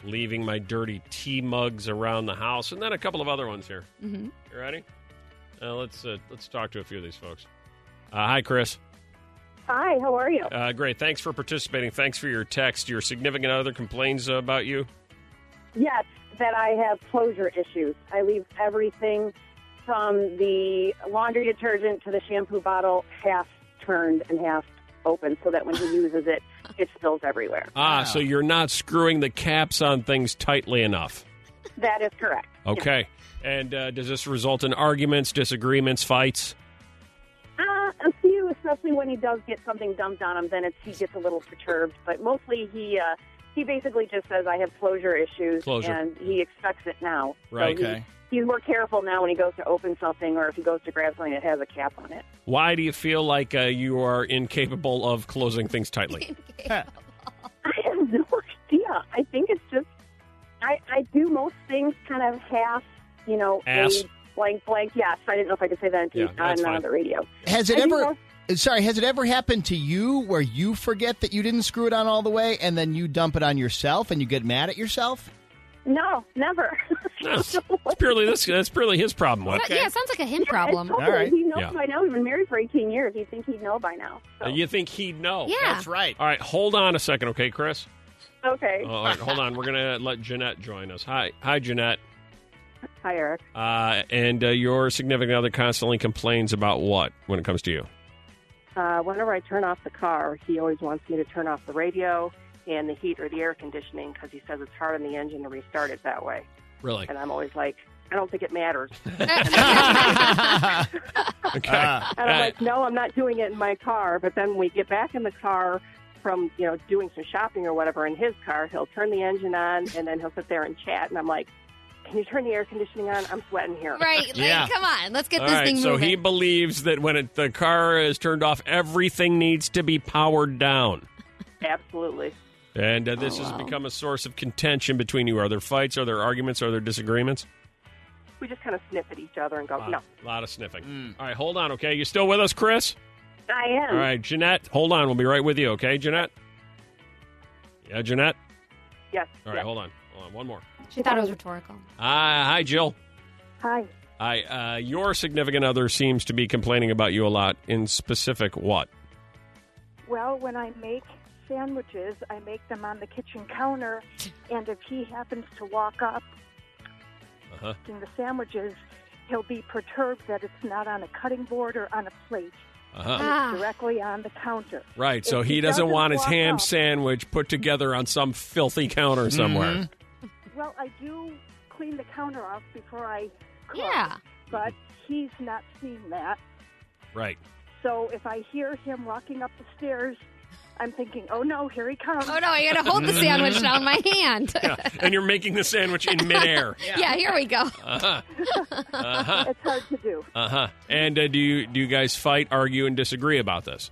[SPEAKER 2] Leaving my dirty tea mugs around the house, and then a couple of other ones here.
[SPEAKER 3] Mhm.
[SPEAKER 2] You ready? Uh, let's uh, let's talk to a few of these folks. Uh, hi, Chris.
[SPEAKER 5] Hi, how are you?
[SPEAKER 2] Uh, great. Thanks for participating. Thanks for your text. Your significant other complains about you.
[SPEAKER 5] Yes, that I have closure issues. I leave everything from the laundry detergent to the shampoo bottle half turned and half open so that when
[SPEAKER 2] [LAUGHS]
[SPEAKER 5] he uses it, it spills everywhere.
[SPEAKER 2] Ah, so you're not screwing the caps on things tightly enough.
[SPEAKER 5] That is correct.
[SPEAKER 2] Okay. And uh, does this result in arguments, disagreements, fights?
[SPEAKER 5] Uh, a few, especially when he does get something dumped on him, then it's, he gets a little perturbed. But mostly he uh, he basically just says, I have closure issues,
[SPEAKER 2] Closure.
[SPEAKER 5] and he expects it now. So
[SPEAKER 2] Right.
[SPEAKER 5] he-
[SPEAKER 2] Okay.
[SPEAKER 5] he's more careful now when he goes to open something or if he goes to grab something that has a cap on it. [LAUGHS]
[SPEAKER 2] Why do you feel like uh, you are incapable of closing things tightly?
[SPEAKER 5] I have no idea. I think it's just I, I do most things kind of half, you know,
[SPEAKER 4] Ass.
[SPEAKER 5] a blank blank. Yes, I didn't know if I could say that
[SPEAKER 4] Yeah,
[SPEAKER 5] on,
[SPEAKER 4] that's
[SPEAKER 5] on uh,
[SPEAKER 4] fine.
[SPEAKER 5] the radio.
[SPEAKER 4] Has
[SPEAKER 5] I
[SPEAKER 4] it
[SPEAKER 5] think
[SPEAKER 4] ever? Sorry, has it ever happened to you where you forget that you didn't screw it on all the way, and then you dump it on yourself, and you get mad at yourself?
[SPEAKER 5] No, never. [LAUGHS]
[SPEAKER 4] [LAUGHS]
[SPEAKER 3] [LAUGHS]
[SPEAKER 2] That's purely this. That's purely his problem. What?
[SPEAKER 3] Yeah, it sounds like a him
[SPEAKER 5] Yeah, it's
[SPEAKER 3] problem.
[SPEAKER 5] totally- He knows
[SPEAKER 2] Yeah.
[SPEAKER 5] by now. We've been married for 18 years. You'd think he'd know by now.
[SPEAKER 2] Uh, You think he'd know?
[SPEAKER 5] Yeah. That's
[SPEAKER 2] [LAUGHS] right. All right, hold on a second, okay, Chris. Uh,
[SPEAKER 5] Okay.
[SPEAKER 2] All right, hold on. We're gonna let Jeanette join us. Hi, hi, Jeanette.
[SPEAKER 13] Hi, Eric.
[SPEAKER 2] Uh, and uh, your significant other constantly complains about what when it comes to you?
[SPEAKER 13] Uh, whenever I turn off the car, he always wants me to turn off the radio and the heat or the air conditioning because he says it's hard on the engine to restart it that way.
[SPEAKER 2] Really?
[SPEAKER 13] And I'm always like, I don't think it matters.
[SPEAKER 3] [LAUGHS]
[SPEAKER 2] [LAUGHS] Okay.
[SPEAKER 4] Uh,
[SPEAKER 13] And I'm like, no, I'm not doing it in my car. But then we get back in the car from, you know, doing some shopping or whatever in his car. He'll turn the engine on and then he'll sit there and chat. And I'm like, can you turn the air conditioning on? I'm sweating here.
[SPEAKER 3] Right. like,
[SPEAKER 2] Yeah.
[SPEAKER 3] come on. Let's get
[SPEAKER 2] All
[SPEAKER 3] this
[SPEAKER 2] right,
[SPEAKER 3] thing
[SPEAKER 2] so
[SPEAKER 3] moving.
[SPEAKER 2] he believes that when it, the car is turned off, everything needs to be powered down.
[SPEAKER 13] Absolutely.
[SPEAKER 2] And uh,
[SPEAKER 3] Oh,
[SPEAKER 2] this has become a source of contention between you. Are there fights? Are there arguments? Are there disagreements?
[SPEAKER 13] We just kind of sniff at each other and go, no.
[SPEAKER 2] A lot of sniffing. All right, hold on, okay? You still with us, Chris?
[SPEAKER 5] I
[SPEAKER 2] All
[SPEAKER 5] am.
[SPEAKER 2] right, Jeanette, hold on. We'll be right with you, okay, Jeanette? Yeah, Jeanette?
[SPEAKER 13] Yes.
[SPEAKER 2] All right, hold on. Hold on, one more.
[SPEAKER 3] She thought it was rhetorical.
[SPEAKER 2] Uh, hi, Jill.
[SPEAKER 11] Hi.
[SPEAKER 2] Hi. Uh, your significant other seems to be complaining about you a lot. In specific, what?
[SPEAKER 11] Well, when I make sandwiches, I make them on the kitchen counter, and if he happens to walk up
[SPEAKER 2] Uh-huh.
[SPEAKER 11] in the sandwiches, he'll be perturbed that it's not on a cutting board or on a plate.
[SPEAKER 2] Uh-huh.
[SPEAKER 5] Uh,
[SPEAKER 11] It's directly on the counter.
[SPEAKER 2] Right, so
[SPEAKER 11] If
[SPEAKER 2] he doesn't, want his
[SPEAKER 11] walk
[SPEAKER 2] ham
[SPEAKER 11] up-
[SPEAKER 2] sandwich put together on some filthy counter somewhere.
[SPEAKER 11] Well, I do clean the counter off before I cook.
[SPEAKER 3] Yeah.
[SPEAKER 11] But he's not seen that.
[SPEAKER 2] Right.
[SPEAKER 11] So if I hear him walking up the stairs, I'm thinking, oh no, here he comes.
[SPEAKER 3] Oh, no, I got to hold the sandwich down my hand.
[SPEAKER 2] [LAUGHS] Yeah, And you're making the sandwich in midair.
[SPEAKER 3] [LAUGHS] yeah, here we go.
[SPEAKER 2] Uh-huh. Uh-huh.
[SPEAKER 11] It's hard to do.
[SPEAKER 2] Uh-huh. And uh, do you do you guys fight, argue and disagree about this?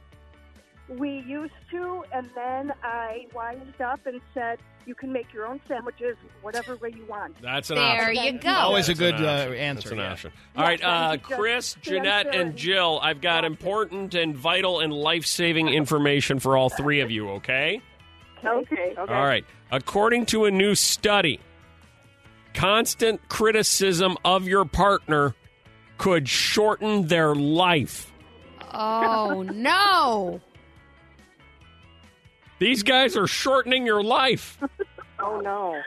[SPEAKER 10] We used to, and then I wised up and said, you can make your own sandwiches whatever way you want.
[SPEAKER 2] That's an
[SPEAKER 10] There
[SPEAKER 2] option.
[SPEAKER 10] you go. Always
[SPEAKER 4] a
[SPEAKER 2] That's an
[SPEAKER 4] good, uh,
[SPEAKER 2] option.
[SPEAKER 4] answer,
[SPEAKER 2] That's an
[SPEAKER 4] yeah.
[SPEAKER 2] option. All right, uh, Chris, Jeanette, and Jill, I've got important and vital and life saving information for all three of you, okay?
[SPEAKER 10] Okay. okay.
[SPEAKER 2] All right. According to a new study, constant criticism of your partner could shorten their life.
[SPEAKER 3] Oh no!
[SPEAKER 2] These guys are shortening your life.
[SPEAKER 14] Oh no.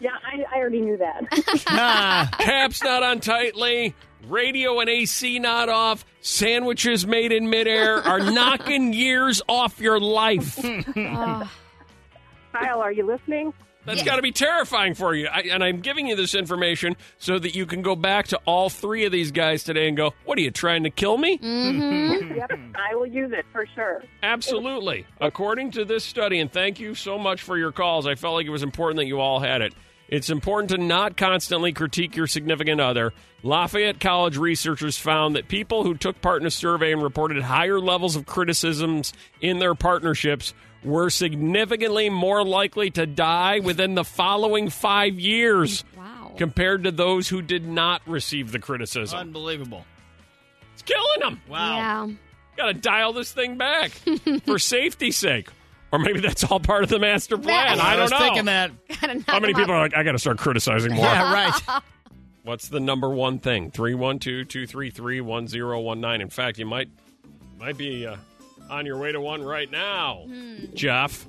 [SPEAKER 14] Yeah, I, I already knew
[SPEAKER 11] [LAUGHS]
[SPEAKER 14] that.
[SPEAKER 2] Caps not on tightly, radio and AC not off, sandwiches made in midair are knocking years off your life.
[SPEAKER 15] Kyle, are you listening?
[SPEAKER 2] That's got to be terrifying for you. I, and I'm giving you this information so that you can go back to all three of these guys today and go, What are you trying to kill me?
[SPEAKER 15] yep, I will use it for sure.
[SPEAKER 2] Absolutely. According to this study, and thank you so much for your calls, I felt like it was important that you all had it. It's important to not constantly critique your significant other. Lafayette College researchers found that people who took part in a survey and reported higher levels of criticisms in their partnerships were significantly more likely to die within the following five years compared to those who did not receive the [LAUGHS] criticism.
[SPEAKER 4] Unbelievable.
[SPEAKER 2] It's killing them.
[SPEAKER 3] Wow.
[SPEAKER 2] Got to dial this thing
[SPEAKER 4] [LAUGHS]
[SPEAKER 2] back for safety's sake. Or maybe that's all part of the master plan. I
[SPEAKER 4] I
[SPEAKER 2] don't
[SPEAKER 4] was
[SPEAKER 2] know.
[SPEAKER 4] thinking that.
[SPEAKER 2] How many people are like, I got to start criticizing more?
[SPEAKER 4] Yeah, right.
[SPEAKER 2] What's the number one thing? 312 233 1019. In fact, you might might be uh, on your way to one right now,
[SPEAKER 4] Hmm.
[SPEAKER 2] Jeff.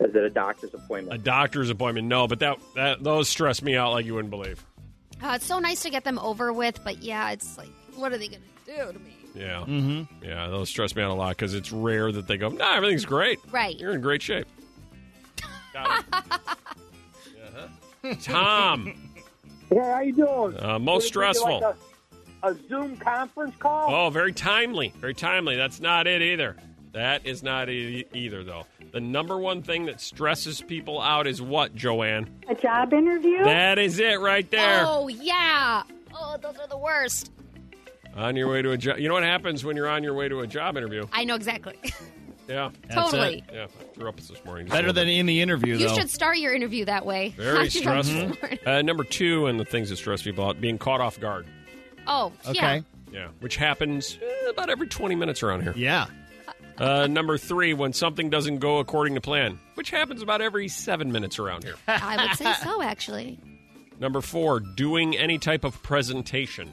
[SPEAKER 16] Is it a doctor's appointment?
[SPEAKER 2] A doctor's appointment. No, but that, that those stress me out like you wouldn't believe.
[SPEAKER 3] Uh, it's so nice to get them over with, but yeah, it's like, what are they gonna do to me?
[SPEAKER 2] Yeah. Mm-hmm. Yeah, those stress me out a lot because it's rare that they go, nah, everything's great.
[SPEAKER 3] Right.
[SPEAKER 2] You're in great shape. Got it. [LAUGHS] Tom.
[SPEAKER 6] Hey, how you doing?
[SPEAKER 2] Uh, most
[SPEAKER 6] Would it be
[SPEAKER 2] stressful.
[SPEAKER 6] like a, a Zoom conference call.
[SPEAKER 2] Oh, very timely. Very timely. That's not it either. That is not it e- either, though. The number one thing that stresses people out is what, Joanne?
[SPEAKER 9] A job interview?
[SPEAKER 2] That is it right there.
[SPEAKER 3] Oh yeah. Oh, those are the worst.
[SPEAKER 2] On your way to a job. You know what happens when you're on your way to a job interview?
[SPEAKER 3] I know exactly. [LAUGHS]
[SPEAKER 2] Yeah.
[SPEAKER 3] [LAUGHS] That's Totally. it.
[SPEAKER 2] Yeah. I threw up this morning. Just a
[SPEAKER 4] Better
[SPEAKER 2] little
[SPEAKER 4] than in the interview,
[SPEAKER 3] you
[SPEAKER 4] though.
[SPEAKER 3] should start your interview that way. [LAUGHS]
[SPEAKER 2] Very stressful.
[SPEAKER 3] Mhm.
[SPEAKER 2] Uh, number two, and the things that stress people out, being caught off guard.
[SPEAKER 3] Oh, yeah.
[SPEAKER 2] Yeah, which happens eh, about every 20 minutes around here.
[SPEAKER 4] Yeah.
[SPEAKER 2] Uh, number three, when something doesn't go according to plan, which happens about every seven minutes around
[SPEAKER 3] [LAUGHS]
[SPEAKER 2] here.
[SPEAKER 3] I would say so, actually.
[SPEAKER 2] Number four, doing any type of presentation.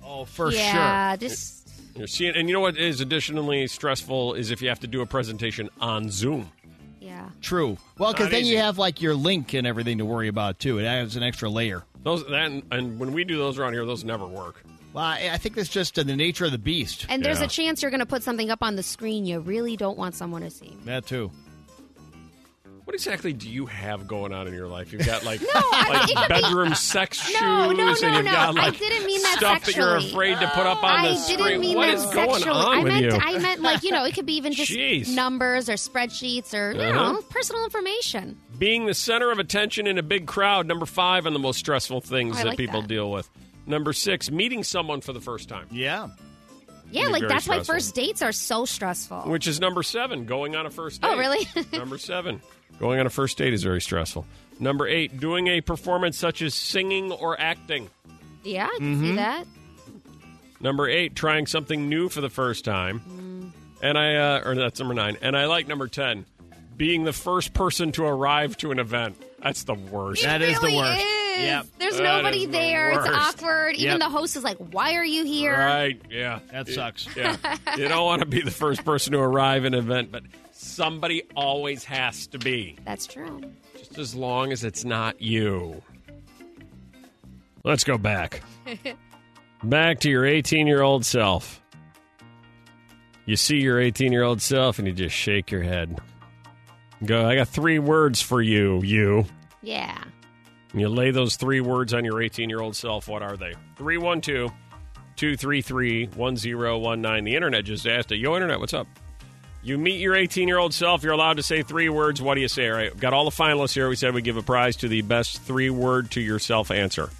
[SPEAKER 4] Oh, for
[SPEAKER 3] yeah,
[SPEAKER 2] sure.
[SPEAKER 3] this.
[SPEAKER 2] You're seeing, and you know what is additionally stressful is if you have to do a presentation on Zoom.
[SPEAKER 3] Yeah.
[SPEAKER 4] True. Well, because
[SPEAKER 2] Not
[SPEAKER 4] then
[SPEAKER 2] easy.
[SPEAKER 4] you have like your link and everything to worry about too. It adds an extra layer.
[SPEAKER 2] Those that, and when we do those around here, those never work.
[SPEAKER 4] Well, I, I think that's just the nature of the beast.
[SPEAKER 3] And there's a chance you're going to put something up on the screen you really don't want someone to see.
[SPEAKER 4] that too.
[SPEAKER 2] What exactly do you have going on in your life? You've got
[SPEAKER 3] [LAUGHS]
[SPEAKER 2] like,
[SPEAKER 3] I-
[SPEAKER 2] like
[SPEAKER 3] it could be- [LAUGHS]
[SPEAKER 2] bedroom sex shoes,
[SPEAKER 3] No, no,
[SPEAKER 2] and
[SPEAKER 3] no,
[SPEAKER 2] you've
[SPEAKER 3] no.
[SPEAKER 2] got
[SPEAKER 3] I
[SPEAKER 2] like
[SPEAKER 3] didn't mean that
[SPEAKER 2] stuff that
[SPEAKER 3] sexually.
[SPEAKER 2] you're afraid to put up on
[SPEAKER 3] I
[SPEAKER 2] the
[SPEAKER 3] didn't
[SPEAKER 2] screen.
[SPEAKER 3] mean
[SPEAKER 2] What
[SPEAKER 3] that
[SPEAKER 2] is
[SPEAKER 3] sexually.
[SPEAKER 2] going on
[SPEAKER 3] I
[SPEAKER 2] with
[SPEAKER 3] meant,
[SPEAKER 2] you?
[SPEAKER 3] I meant like you know, it could be even just
[SPEAKER 2] Jeez.
[SPEAKER 3] numbers or spreadsheets or you
[SPEAKER 2] Uh-huh.
[SPEAKER 3] know, personal information.
[SPEAKER 2] Being the center of attention in a big crowd, number five on the most stressful things
[SPEAKER 3] I
[SPEAKER 2] that
[SPEAKER 3] like
[SPEAKER 2] people
[SPEAKER 3] that.
[SPEAKER 2] deal with. Number six, meeting someone for the first time.
[SPEAKER 4] Yeah.
[SPEAKER 3] Yeah,
[SPEAKER 2] Be
[SPEAKER 3] like
[SPEAKER 2] very
[SPEAKER 3] that's
[SPEAKER 2] stressful.
[SPEAKER 3] why first dates are so stressful.
[SPEAKER 2] Which is number seven, going on a first date.
[SPEAKER 3] Oh, really?
[SPEAKER 2] [LAUGHS]
[SPEAKER 3] [LAUGHS]
[SPEAKER 2] number seven, going on a first date is very stressful. Number eight, doing a performance such as singing or acting.
[SPEAKER 3] yeah, I can see
[SPEAKER 2] Mhm.
[SPEAKER 3] that.
[SPEAKER 2] Number eight, trying something new for the first time.
[SPEAKER 3] Mm.
[SPEAKER 2] And I, uh, or that's number nine. And I like number 10, being the first person to arrive to an event. That's the worst.
[SPEAKER 4] That
[SPEAKER 2] That
[SPEAKER 4] is
[SPEAKER 2] is
[SPEAKER 4] the really worst.
[SPEAKER 3] Is.
[SPEAKER 2] Yep.
[SPEAKER 3] There's
[SPEAKER 2] That
[SPEAKER 3] nobody
[SPEAKER 2] is the
[SPEAKER 3] there. It's
[SPEAKER 2] worst.
[SPEAKER 3] awkward. Even
[SPEAKER 2] Yep.
[SPEAKER 3] the host is like, "Why are you here?"
[SPEAKER 2] Right. Yeah. That
[SPEAKER 4] sucks.
[SPEAKER 2] Yeah. you don't want to be the first person to arrive in an event, but somebody always has to be.
[SPEAKER 3] That's true.
[SPEAKER 2] Just as long as it's not you. Let's go back. Back to your 18 year old self. You see your 18 year old self and you just shake your head. Go, I got three words for you, you.
[SPEAKER 3] Yeah.
[SPEAKER 2] And you lay those three words on your 18 year old self. What are they? 312 233 1019. The internet just asked it. Yo, internet, what's up? You meet your 18 year old self. You're allowed to say three words. What do you say? All right, got all the finalists here. We said we give a prize to the best three word to yourself answer.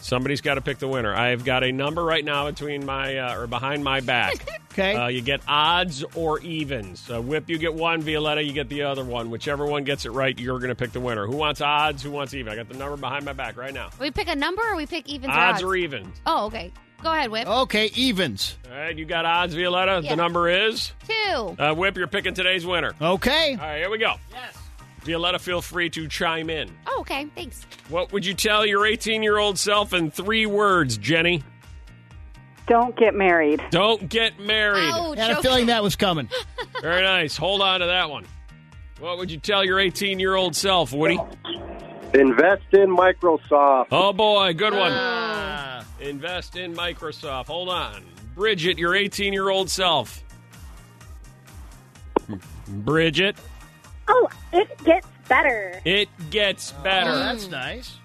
[SPEAKER 2] Somebody's got to pick the winner. I've got a number right now between my uh, or behind my back.
[SPEAKER 4] Okay.
[SPEAKER 2] Uh, you get odds or evens. Uh, Whip, you get one. Violetta, you get the other one. Whichever one gets it right, you're going to pick the winner. Who wants odds? Who wants even? I got the number behind my back right now.
[SPEAKER 3] We pick a number or we pick evens or
[SPEAKER 2] Odds e- Oh. or evens.
[SPEAKER 3] Oh, okay. Go ahead, Whip.
[SPEAKER 4] Okay, evens.
[SPEAKER 2] All right, you got odds, Violetta.
[SPEAKER 3] Yeah.
[SPEAKER 2] The number is
[SPEAKER 3] Two.
[SPEAKER 2] uh, Whip. You're picking today's winner.
[SPEAKER 4] Okay.
[SPEAKER 2] All
[SPEAKER 3] Oh,
[SPEAKER 2] right, here we go. Yes. Violetta, feel free to chime in.
[SPEAKER 3] Oh, okay. Thanks.
[SPEAKER 2] What would you tell your 18 year old self in three words, Jenny?
[SPEAKER 14] Don't get married.
[SPEAKER 2] Don't get married.
[SPEAKER 4] I had a feeling that
[SPEAKER 3] [LAUGHS]
[SPEAKER 4] was coming.
[SPEAKER 3] Oh.
[SPEAKER 2] Very nice. Hold on to that one. What would you tell your 18 year old self, Woody?
[SPEAKER 6] Invest in Microsoft.
[SPEAKER 2] Oh, boy. Good one.
[SPEAKER 4] Ah,
[SPEAKER 2] Invest in Microsoft. Hold on. Bridget, your 18 year old self. Bridget,
[SPEAKER 17] Oh, it gets better.
[SPEAKER 2] it gets better.
[SPEAKER 4] Oh, that's nice.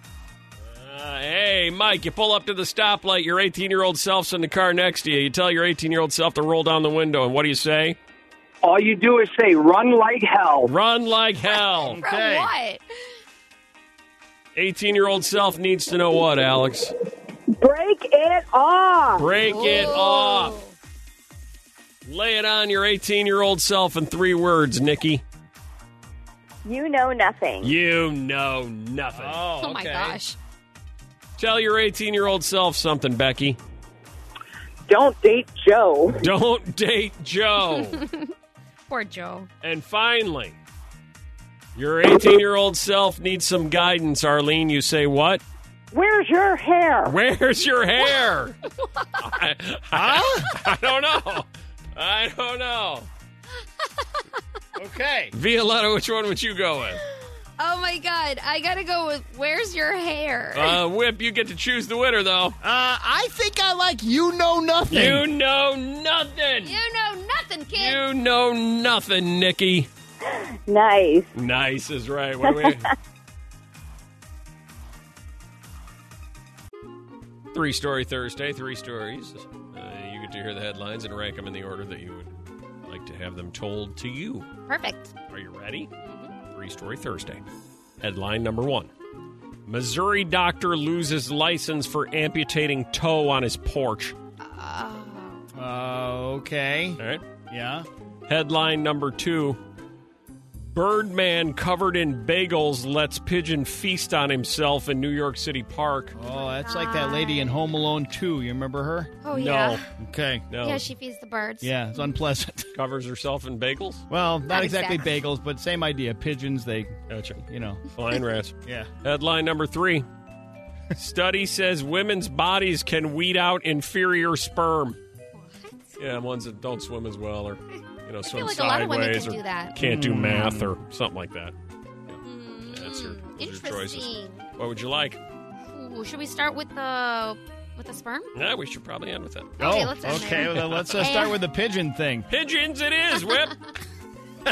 [SPEAKER 2] Uh, hey, Mike, you pull up to the stoplight. Your 18 year old self's in the car next to you. You tell your 18 year old self to roll down the window, and what do you say?
[SPEAKER 8] All you do is say, run like hell.
[SPEAKER 2] Run like hell.
[SPEAKER 3] From what?
[SPEAKER 2] 18 year old self needs to know what, Alex?
[SPEAKER 14] Break it off.
[SPEAKER 2] Break it off. Lay it on your 18 year old self in three words, Nikki.
[SPEAKER 17] You know nothing.
[SPEAKER 2] You know nothing.
[SPEAKER 3] Oh, my gosh.
[SPEAKER 2] Tell your 18 year old self something, Becky.
[SPEAKER 14] Don't date Joe.
[SPEAKER 2] Don't date Joe.
[SPEAKER 3] Poor Joe.
[SPEAKER 2] And finally, your 18 year old self needs some guidance, Arlene. You say what?
[SPEAKER 14] Where's your hair?
[SPEAKER 2] Where's
[SPEAKER 14] [LAUGHS]
[SPEAKER 2] your hair? I, I- I don't know. I don't know.
[SPEAKER 4] Okay.
[SPEAKER 2] Violetta, which one would you go with?
[SPEAKER 3] Oh my God. I gotta go with where's your hair?
[SPEAKER 2] Uh, Whip, you get to choose the winner, though.
[SPEAKER 4] Uh, I think I like you know nothing.
[SPEAKER 2] You know nothing.
[SPEAKER 3] you know nothing, kid.
[SPEAKER 2] You know nothing, Nikki.
[SPEAKER 17] Nice.
[SPEAKER 2] Nice is right. What do [LAUGHS] we? Three Story Thursday, three stories. Uh, you get to hear the headlines and rank them in the order that you would like to have them told to you.
[SPEAKER 3] Perfect.
[SPEAKER 2] Are you ready? Three Story Thursday. Headline number one Missouri doctor loses license for amputating toe on his porch.
[SPEAKER 4] Uh, okay.
[SPEAKER 2] All right.
[SPEAKER 4] Yeah.
[SPEAKER 2] Headline number two Birdman covered in bagels lets pigeon feast on himself in New York City Park.
[SPEAKER 4] Oh, that's like that lady in Home Alone 2. You remember her?
[SPEAKER 3] Oh,
[SPEAKER 2] no.
[SPEAKER 3] yeah.
[SPEAKER 4] Okay.
[SPEAKER 2] No.
[SPEAKER 3] Yeah, she feeds the birds.
[SPEAKER 4] Yeah, it's unpleasant. [LAUGHS]
[SPEAKER 2] covers herself in bagels.
[SPEAKER 4] Well, not,
[SPEAKER 3] Not
[SPEAKER 4] exactly,
[SPEAKER 3] exactly.
[SPEAKER 4] bagels, but same idea. Pigeons, they,
[SPEAKER 2] Gotcha.
[SPEAKER 4] you know.
[SPEAKER 3] [LAUGHS]
[SPEAKER 2] Flying rats.
[SPEAKER 4] Yeah.
[SPEAKER 2] Headline number three Study says women's bodies can weed out inferior sperm. Yeah, ones that don't swim as well or, you know,
[SPEAKER 3] I feel
[SPEAKER 2] swim
[SPEAKER 3] like a lot of
[SPEAKER 2] sideways
[SPEAKER 3] women can
[SPEAKER 2] or
[SPEAKER 3] do that.
[SPEAKER 2] can't do math or something like that. Yeah. Yeah, that's your,
[SPEAKER 3] Mm,
[SPEAKER 2] those are your choices.
[SPEAKER 3] interesting.
[SPEAKER 2] What would you like?
[SPEAKER 3] Ooh, should we start with the with the sperm?
[SPEAKER 2] Yeah, we should probably end with that.
[SPEAKER 3] Okay,
[SPEAKER 4] oh,
[SPEAKER 3] let's end
[SPEAKER 4] okay.
[SPEAKER 3] there.
[SPEAKER 4] Well, let's uh, start with the pigeon thing.
[SPEAKER 2] Pigeons it is, Whip. [LAUGHS]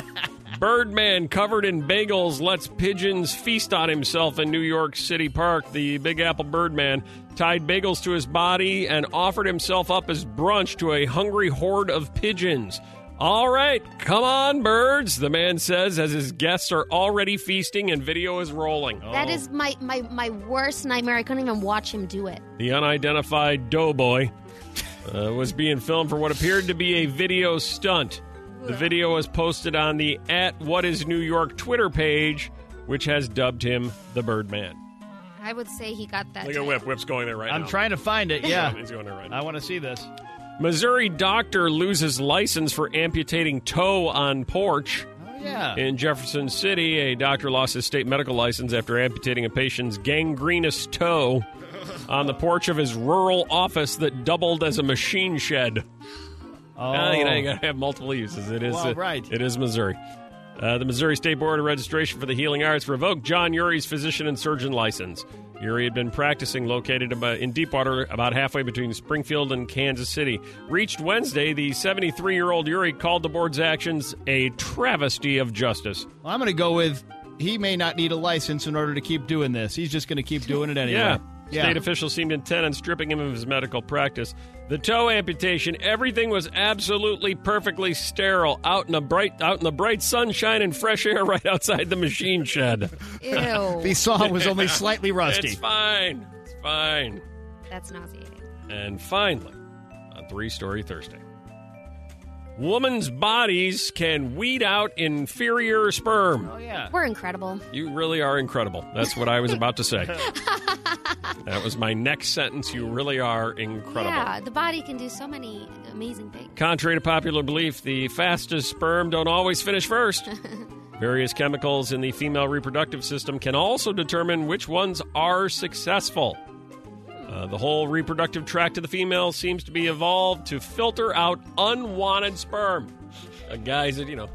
[SPEAKER 2] Birdman covered in bagels lets pigeons feast on himself in New York City Park. The Big Apple Birdman tied bagels to his body and offered himself up as brunch to a hungry horde of pigeons. All right, come on, birds, the man says as his guests are already feasting and video is rolling.
[SPEAKER 3] That is my, my my worst nightmare. I couldn't even watch him do it.
[SPEAKER 2] The unidentified doughboy uh, was being filmed for what appeared to be a video stunt. The video was posted on the at What Is New York Twitter page, which has dubbed him the Birdman.
[SPEAKER 3] I would say he got that.
[SPEAKER 2] Look at
[SPEAKER 3] title.
[SPEAKER 2] Whip. Whip's going there right
[SPEAKER 4] I'm
[SPEAKER 2] now.
[SPEAKER 4] trying to find it.
[SPEAKER 2] [LAUGHS]
[SPEAKER 4] Yeah.
[SPEAKER 2] He's going there right now.
[SPEAKER 4] I want to see this.
[SPEAKER 2] Missouri doctor loses license for amputating toe on porch.
[SPEAKER 4] Oh, yeah.
[SPEAKER 2] In Jefferson City, a doctor lost his state medical license after amputating a patient's gangrenous toe on the porch of his rural office that doubled as a machine shed.
[SPEAKER 4] Oh.
[SPEAKER 2] Uh, you know, you gotta have multiple uses. It is
[SPEAKER 4] Well,
[SPEAKER 2] uh,
[SPEAKER 4] right.
[SPEAKER 2] It is Missouri. Uh, the Missouri State Board of Registration for the Healing Arts revoked John Urey's physician and surgeon license. Urey had been practicing located about, in Deepwater, about halfway between Springfield and Kansas City. Reached Wednesday, the 73 year old Urey called the board's actions a travesty of justice.
[SPEAKER 4] Well, I'm going to go with he may not need a license in order to keep doing this. He's just going to keep doing it anyway.
[SPEAKER 2] Yeah. State officials seemed intent on stripping him of his medical practice. The toe amputation, everything was absolutely perfectly sterile out in the bright out in the bright sunshine and fresh air [LAUGHS] right outside the machine shed.
[SPEAKER 3] Ew.
[SPEAKER 2] [LAUGHS]
[SPEAKER 4] the saw was only slightly rusty.
[SPEAKER 2] It's fine. It's fine.
[SPEAKER 3] That's nauseating.
[SPEAKER 2] And finally, a three story Thursday. Woman's bodies can weed out inferior sperm.
[SPEAKER 3] Oh, yeah. We're incredible.
[SPEAKER 2] You really are incredible. That's what I was about to
[SPEAKER 3] [LAUGHS]
[SPEAKER 2] say. that was my next sentence. You really are incredible.
[SPEAKER 3] Yeah, the body can do so many amazing things.
[SPEAKER 2] Contrary to popular belief, the fastest sperm don't always finish first. Various chemicals in the female reproductive system can also determine which ones are successful. Uh, the whole reproductive tract of the female seems to be evolved to filter out unwanted sperm. Uh, guys that, you know,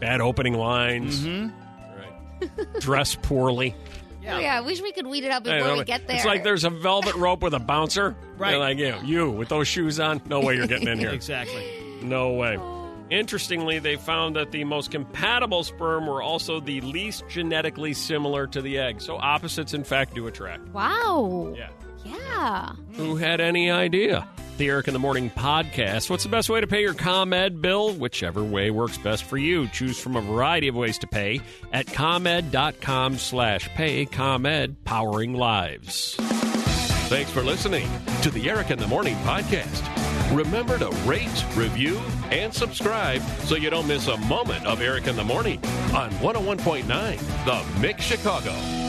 [SPEAKER 2] bad opening lines, right. [LAUGHS] dress poorly.
[SPEAKER 3] Yeah. Oh, yeah, I wish we could weed it out
[SPEAKER 2] I
[SPEAKER 3] before
[SPEAKER 2] don't know,
[SPEAKER 3] we get there.
[SPEAKER 2] It's like there's a velvet rope with a bouncer.
[SPEAKER 4] Right.
[SPEAKER 2] They're like, you, know, you with those shoes on, no way you're getting in here.
[SPEAKER 4] [LAUGHS] Exactly.
[SPEAKER 2] No way. Interestingly, they found that the most compatible sperm were also the least genetically similar to the egg. So opposites, in fact, do attract.
[SPEAKER 3] Wow.
[SPEAKER 2] Yeah.
[SPEAKER 3] Yeah.
[SPEAKER 2] Who had any idea? The Eric in the Morning podcast. What's the best way to pay your ComEd bill? Whichever way works best for you. Choose from a variety of ways to pay at ComEd.com slash pay. ComEd, powering lives.
[SPEAKER 18] Thanks for listening to the Eric in the Morning podcast. Remember to rate, review, and subscribe so
[SPEAKER 2] oh
[SPEAKER 18] you don't miss a moment of Eric in the Morning on 101.9 The Mix Chicago.